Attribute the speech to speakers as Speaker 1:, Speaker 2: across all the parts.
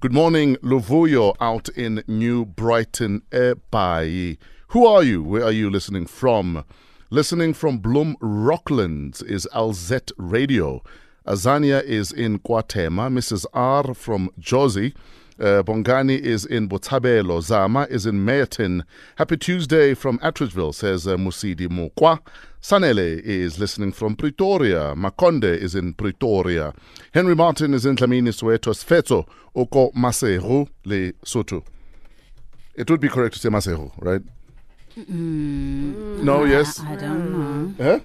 Speaker 1: Good morning, Luvuyo, out in New Brighton, Epai. Who are you? Where are you listening from? Listening from Bloom Rocklands is Alzette Radio. Azania is in Guatema. Mrs. R from Josie. Uh, Bongani is in Botshabelo. Zama is in Mayerton. Happy Tuesday from Attridgeville, says uh, Musidi Mokwa. Sanele is listening from Pretoria. Makonde is in Pretoria. Henry Martin is in Tlamini, Soweto. Sfeto, Oko Maseru, Le Soto. It would be correct to say Maseru, right? No, yes?
Speaker 2: Uh, I don't know.
Speaker 1: Huh?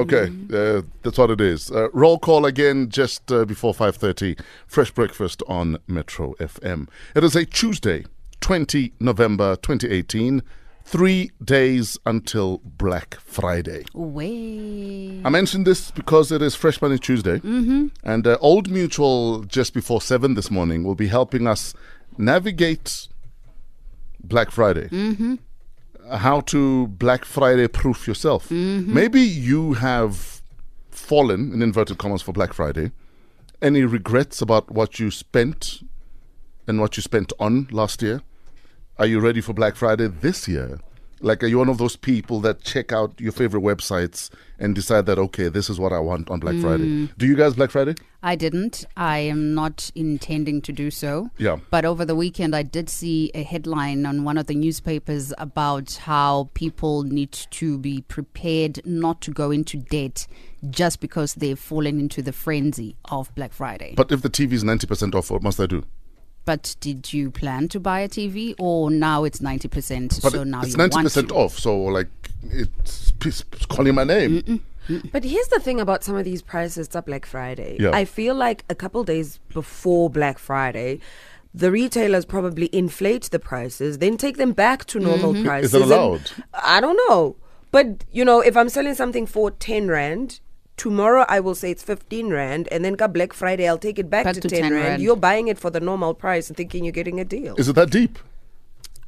Speaker 1: Okay, uh, that's what it is. Uh, roll call again just uh, before 5.30. Fresh breakfast on Metro FM. It is a Tuesday, 20 November 2018. Three days until Black Friday.
Speaker 2: Way.
Speaker 1: I mentioned this because it is Fresh Money Tuesday, mm-hmm. and uh, Old Mutual just before seven this morning will be helping us navigate Black Friday. Mm-hmm. How to Black Friday proof yourself. Maybe you have fallen in inverted commas for Black Friday. Any regrets about what you spent and what you spent on last year? Are you ready for Black Friday this year? Like, are you one of those people that check out your favorite websites and decide that, okay, this is what I want on Black
Speaker 2: Mm.
Speaker 1: Friday? Do you guys Black Friday?
Speaker 2: I didn't. I am not intending to do so.
Speaker 1: Yeah.
Speaker 2: But over the weekend, I did see a headline on one of the newspapers about how people need to be prepared not to go into debt just because they've fallen into the frenzy of Black Friday. But,
Speaker 1: But if the TV is 90% off, what must I do?
Speaker 2: did you plan to buy a TV or now it's 90%?
Speaker 1: But
Speaker 2: so
Speaker 1: it-
Speaker 2: now
Speaker 1: it's
Speaker 2: Oh, you want
Speaker 1: 90%
Speaker 2: to.
Speaker 1: off, so like, it's, it's calling my name.
Speaker 3: But here's the thing about some of these prices at Black Friday.
Speaker 1: Yeah.
Speaker 3: I feel like a couple days before Black Friday, the retailers probably inflate the prices, then take them back to normal prices. and-
Speaker 1: Mm-hmm. allowed?
Speaker 3: I don't know. But you know, if I'm selling something for ten rand, tomorrow I will say it's fifteen rand, and then come Black Friday I'll take it back, to, ten, rand. You're buying it for the normal price and thinking you're getting a deal.
Speaker 1: Is it that deep?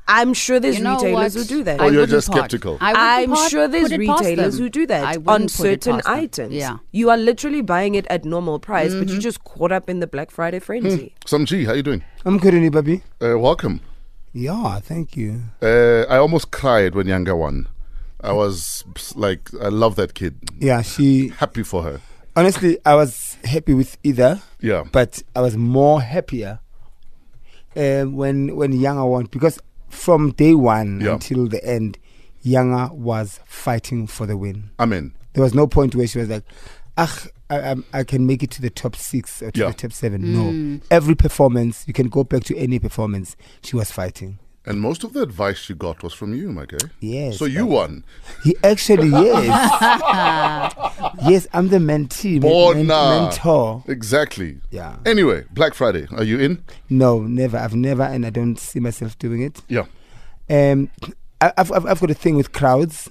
Speaker 3: I'm sure there's
Speaker 2: You know
Speaker 3: retailers
Speaker 2: what?
Speaker 3: who do that.
Speaker 2: I
Speaker 1: Or Oh, you're
Speaker 2: wouldn't
Speaker 1: just
Speaker 2: part.
Speaker 1: skeptical?
Speaker 2: I
Speaker 3: I'm
Speaker 2: wouldn't part-
Speaker 3: sure there's
Speaker 2: put it past
Speaker 3: retailers
Speaker 2: them.
Speaker 3: who do
Speaker 2: I
Speaker 3: that
Speaker 2: wouldn't
Speaker 3: on
Speaker 2: put it
Speaker 3: certain
Speaker 2: past them.
Speaker 3: items.
Speaker 2: Yeah. Mm-hmm.
Speaker 3: You are literally buying it at normal price, but you just caught up in the Black Friday frenzy.
Speaker 1: Some G, how you doing?
Speaker 4: I'm good, any baby.
Speaker 1: Uh, welcome.
Speaker 4: Yeah, thank you.
Speaker 1: Uh, I almost cried when Yanga won. I was like, I love that kid.
Speaker 4: Yeah, she.
Speaker 1: Happy for her.
Speaker 4: Honestly, I was happy with either,
Speaker 1: Yeah.
Speaker 4: but I was more happier uh, when when Yanga won because from day one
Speaker 1: Yeah.
Speaker 4: until the end, Yanga was fighting for the win.
Speaker 1: Amen.
Speaker 4: There was no point where she was like, "Ah, I, I, I can make it to the top six or to
Speaker 1: Yeah.
Speaker 4: the top seven. No, every performance you can go back to any performance. She was fighting.
Speaker 1: And most of the advice she got was from you, my guy.
Speaker 4: Yes,
Speaker 1: So you
Speaker 4: but-
Speaker 1: won.
Speaker 4: He actually yes, yes. I'm the mentee, men- men-
Speaker 1: Bona.
Speaker 4: mentor.
Speaker 1: Exactly.
Speaker 4: Yeah.
Speaker 1: Anyway, Black Friday. Are you in?
Speaker 4: No, never. I've never, and I don't see myself doing it.
Speaker 1: Yeah.
Speaker 4: Um, I, I've, I've I've got a thing with crowds.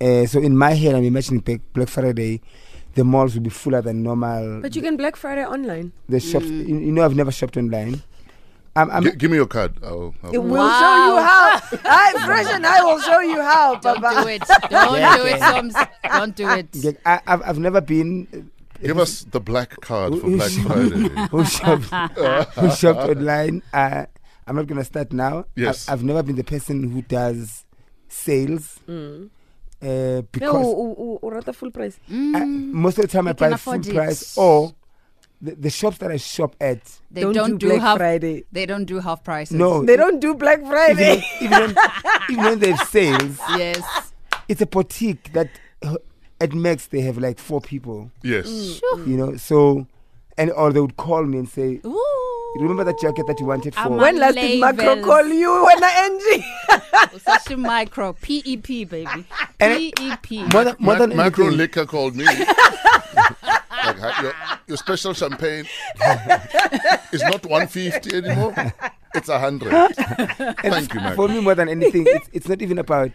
Speaker 4: Uh, so in my head, I'm imagining Black, Black Friday, the malls will be fuller than normal.
Speaker 3: But mm. you can Black Friday online.
Speaker 4: the shops, you, you know, I've never shopped online. I'm, I'm
Speaker 1: Gi- give me your card. I'll, I'll-
Speaker 3: It will show you how. I, Fresh and I will show you how,
Speaker 2: Don't
Speaker 3: Papa.
Speaker 2: do it. Don't do it, Soms. Don't do it.
Speaker 4: like, I, I've, I've never been.
Speaker 1: give us the black card for
Speaker 4: Who-
Speaker 1: Black Friday.
Speaker 4: who shopped, who shopped online. Uh, I'm not gonna start now.
Speaker 1: Yes.
Speaker 4: I, I've never been the person who does sales
Speaker 2: Mm.
Speaker 4: uh,
Speaker 3: No,
Speaker 4: because
Speaker 3: u- u- u- rather full price.
Speaker 4: I, most of the time I
Speaker 2: You Mm. can
Speaker 4: buy full
Speaker 2: afford it.
Speaker 4: price or the, the shops that I shop at.
Speaker 2: They
Speaker 3: Don't do Black
Speaker 2: half, Oh.
Speaker 3: Friday.
Speaker 2: They don't do half prices.
Speaker 4: No,
Speaker 3: They don't do Black
Speaker 4: even,
Speaker 3: Friday.
Speaker 4: even, when, even when they have sales,
Speaker 2: Yes.
Speaker 4: it's a boutique that uh, at max they have like four people.
Speaker 1: yes.
Speaker 4: You know, so and or they would call me and say,
Speaker 2: Ooh.
Speaker 4: "Remember that jacket that you wanted for?"
Speaker 2: Ama-
Speaker 3: when last did Macro
Speaker 2: Labels.
Speaker 3: call you? When I
Speaker 2: Such a micro PEP baby. E
Speaker 4: And-
Speaker 2: PEP.
Speaker 4: More than, more
Speaker 1: Mac-
Speaker 4: than
Speaker 1: macro
Speaker 4: anything-
Speaker 1: liquor called me. like, ha- your, your special champagne is not 150 anymore. It's 100. Thank you,
Speaker 4: for
Speaker 1: Mac.
Speaker 4: me more than anything it's, it's not even about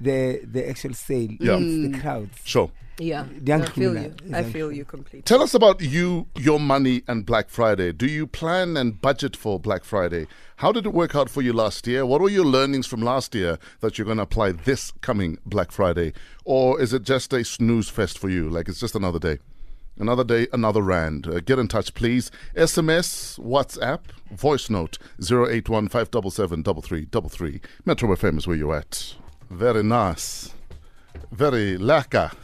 Speaker 4: the the actual sale
Speaker 1: Yeah.
Speaker 4: it's the crowds
Speaker 1: Sure.
Speaker 3: Yeah,
Speaker 4: Young
Speaker 3: I feel
Speaker 4: Kuna
Speaker 3: you.
Speaker 4: is
Speaker 3: I
Speaker 4: young
Speaker 3: feel you completely.
Speaker 1: Tell us about you, your money, and Black Friday. Do you plan and budget for Black Friday? How did it work out for you last year? What were your learnings from last year that you're going to apply this coming Black Friday? Or is it just a snooze fest for you? Like it's just another day? Another day, another rand. Uh, get in touch, please. SMS, WhatsApp, voice note 081 577 Metro FM is where you're at. Very nice. Very laka.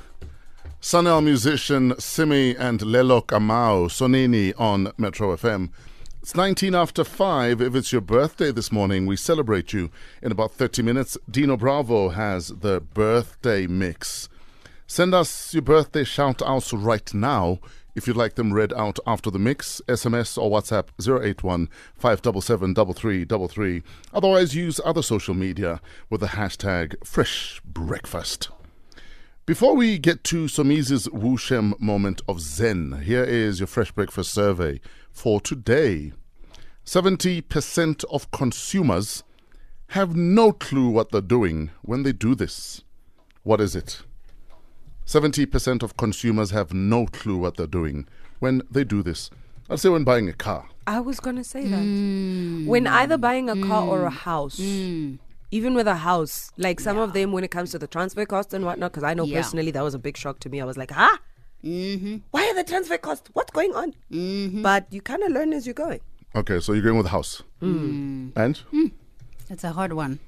Speaker 1: Sunel musician Simi and Lelo Kamau Sonini on Metro FM. It's 19 after 5. If it's your birthday this morning, we celebrate you in about 30 minutes. Dino Bravo has the birthday mix. Send us your birthday shout outs right now if you'd like them read out after the mix. SMS or WhatsApp 081 577 Otherwise, use other social media with the hashtag FreshBreakfast. Before we get to Somizi's Wushem moment of Zen, here is your fresh breakfast survey for today. 70% of consumers have no clue what they're doing when they do this. What is it? 70% of consumers have no clue what they're doing when they do this. I'd say when buying a car.
Speaker 3: I was going to say that. When either buying a car or a house, even with a house, like some of them when it comes to the transfer cost and whatnot, because I know
Speaker 2: Yeah.
Speaker 3: personally that was a big shock to me. I was like, huh? Mm-hmm. Why are the transfer costs? What's going on? But you kind of learn as you're going.
Speaker 1: Okay, so you're going with house. And
Speaker 2: That's a hard one.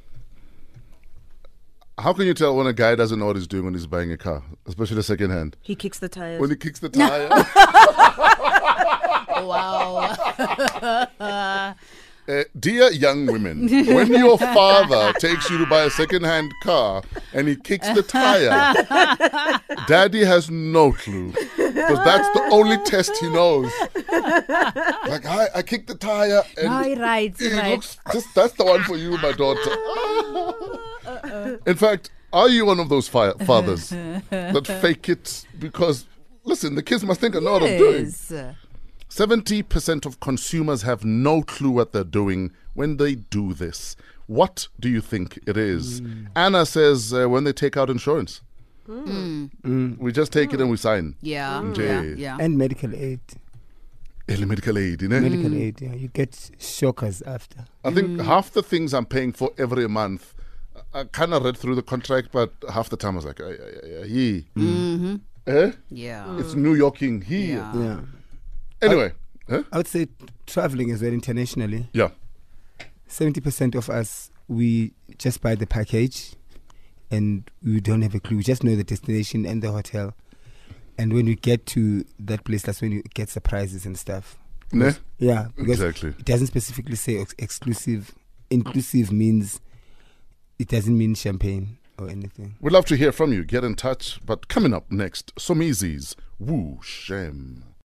Speaker 1: how can you tell when a guy doesn't know what he's doing when he's buying a car, especially second hand?
Speaker 3: He kicks the tires.
Speaker 1: When he kicks the tire.
Speaker 2: Wow.
Speaker 1: Uh, dear young women, when your father takes you to buy a second-hand car and he kicks the tire, daddy has no clue because that's the only test he knows. Like I, I kicked the tire and
Speaker 2: Hi, right,
Speaker 1: it
Speaker 2: right.
Speaker 1: looks just that's the one for you, my daughter. In fact, are you one of those fi- fathers that fake it because? Listen, the kids must think I know what I'm doing.
Speaker 2: Yes.
Speaker 1: 70% of consumers have no clue what they're doing when they do this. What do you think it is?
Speaker 4: Hmm.
Speaker 1: Anna says uh, when they take out insurance. Mm. We just take it and we
Speaker 4: Hmm.
Speaker 1: sign.
Speaker 2: Yeah.
Speaker 3: Mm.
Speaker 1: Nje.
Speaker 2: Yeah. yeah.
Speaker 4: And medical aid.
Speaker 1: Early Eh, medical aid, innit?
Speaker 4: Medical Hmm. aid, yeah. You get shockers after.
Speaker 1: I think half the things I'm paying for every month, I kind of read through the contract, but half the time I was like, ay, ay, ay, ay, ye. Eh?
Speaker 2: Mm-hmm. Yeah.
Speaker 1: It's New Yorking here.
Speaker 2: Yeah.
Speaker 4: Hmm. Yeah.
Speaker 1: Anyway, huh?
Speaker 4: I would say traveling as well internationally.
Speaker 1: yeah.
Speaker 4: 70% of us, we just buy the package and we don't have a clue. We just know the destination and the hotel. And when we get to that place, that's when you get surprises and stuff.
Speaker 1: Ne?
Speaker 4: Yeah, because
Speaker 1: Exactly.
Speaker 4: it doesn't specifically say ex- exclusive. Inclusive means it doesn't mean champagne or anything.
Speaker 1: We'd love to hear from you. Get in touch. But coming up next, Somizi's Woo Shem.